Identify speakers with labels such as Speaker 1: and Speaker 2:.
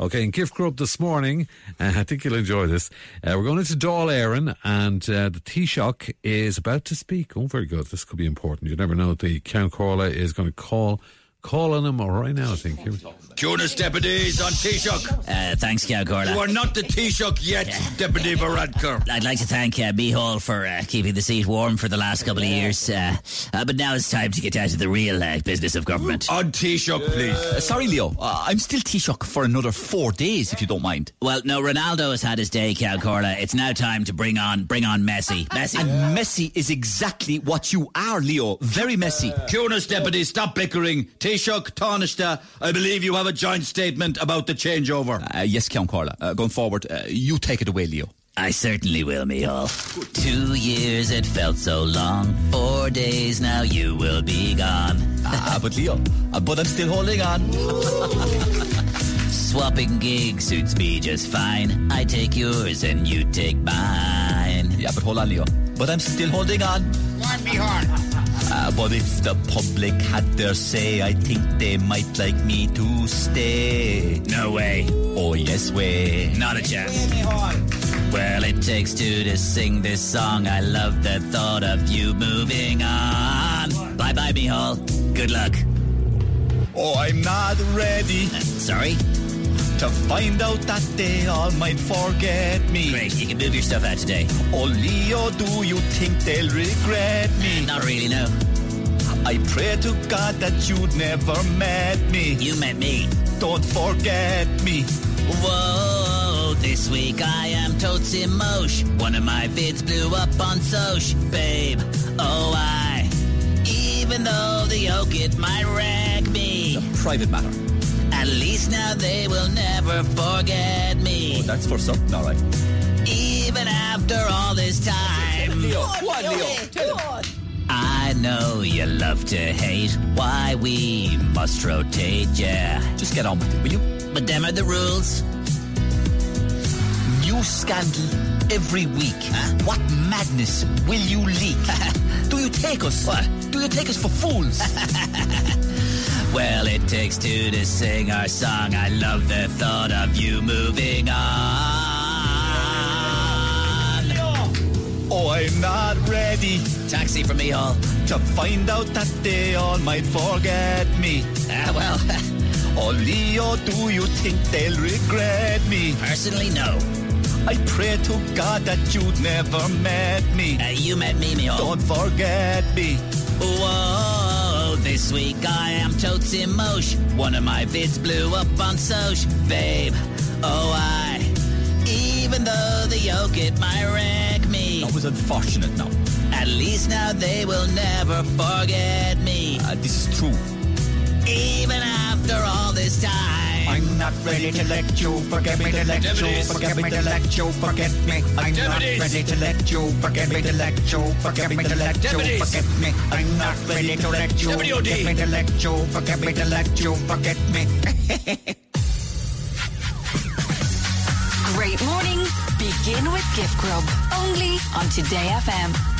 Speaker 1: Okay, in Gift Grub this morning, uh, I think you'll enjoy this. Uh, we're going into Dáil Éireann, and uh, the Taoiseach is about to speak. Oh, very good. This could be important. You never know. The Count Corla is going to call call on him right now, I think. Here we-
Speaker 2: Jonas deputies on Taoiseach.
Speaker 3: Uh, thanks, Gail
Speaker 2: You are
Speaker 3: Corla.
Speaker 2: not the Taoiseach yet, Deputy Varadkar.
Speaker 3: I'd like to thank uh, Mihal for uh, keeping the seat warm for the last couple of years. Uh, uh, but now it's time to get down to the real uh, business of government.
Speaker 2: On Taoiseach, please.
Speaker 4: Uh, sorry, Leo. Uh, I'm still Taoiseach for another four days, if you don't mind.
Speaker 3: Well, no, Ronaldo has had his day, Cal Corla. It's now time to bring on, bring on Messi. Messi.
Speaker 4: And messy is exactly what you are, Leo. Very messy.
Speaker 2: Uh, Jonas deputies, stop bickering. Taoiseach, Taoiseach, I believe you have a joint statement about the changeover.
Speaker 4: Uh, yes, Count Carla. Uh, going forward, uh, you take it away, Leo.
Speaker 3: I certainly will, Mihal. Two years it felt so long. Four days now you will be gone.
Speaker 4: Ah, but Leo. uh, but I'm still holding on.
Speaker 3: Swapping gigs suits me just fine. I take yours and you take mine.
Speaker 4: Yeah, but hold on, Leo. But I'm still holding on. Uh, but if the public had their say, I think they might like me to stay.
Speaker 3: No way.
Speaker 4: Oh, yes, way.
Speaker 3: Not a chance. Well, it takes two to sing this song. I love the thought of you moving on. Bye bye, Mihal. Good luck.
Speaker 4: Oh, I'm not ready
Speaker 3: Uh, sorry?
Speaker 4: to find out that they all might forget me.
Speaker 3: Great, you can move your stuff out today.
Speaker 4: Oh, Leo, do you think they'll regret me?
Speaker 3: Not really, no.
Speaker 4: I pray to God that you'd never met me.
Speaker 3: You met me.
Speaker 4: Don't forget me.
Speaker 3: Whoa, this week I am totes emosh. One of my vids blew up on Soch, babe. Oh, I. Even though the yoke it might rag me.
Speaker 4: Private matter.
Speaker 3: At least now they will never forget me.
Speaker 4: Oh, That's for something, all right.
Speaker 3: Even after all this time.
Speaker 4: Leo, come on, Leo. Tell him.
Speaker 3: I know you love to hate. Why we must rotate, yeah.
Speaker 4: Just get on with it, will you?
Speaker 3: But them are the rules.
Speaker 4: New scandal every week. What madness will you leak? Do you take us? Do you take us for fools?
Speaker 3: Well, it takes two to sing our song. I love the thought of you moving on.
Speaker 4: oh, I'm not ready
Speaker 3: Taxi for me all.
Speaker 4: to find out that they all might forget me.
Speaker 3: Ah, well,
Speaker 4: Oh, Leo, do you think they'll regret me?
Speaker 3: personally, no.
Speaker 4: I pray to God that you'd never met me.
Speaker 3: Uh, you met me, me all.
Speaker 4: Don't forget me.
Speaker 3: Whoa, this week I am totes emosh. One of my vids blew up on Soch, babe. Oh, I. Even though the yoke it might wreck me,
Speaker 4: was unfortunate now.
Speaker 3: at least now they will never forget me.
Speaker 4: Uh, this is true.
Speaker 3: Even after all this time.
Speaker 5: I'm not ready to let you forget me to let you
Speaker 2: Deputies.
Speaker 5: forget me to let you forget me. I'm not
Speaker 2: Deputies.
Speaker 5: ready to let you forget me to let you forget me to let you
Speaker 2: Deputies.
Speaker 5: forget me. I'm not ready to let you
Speaker 2: Deputy
Speaker 5: forget
Speaker 2: OD.
Speaker 5: me to let you forget me to let you forget me.
Speaker 6: Great mornings begin with Gift Grub only on Today FM.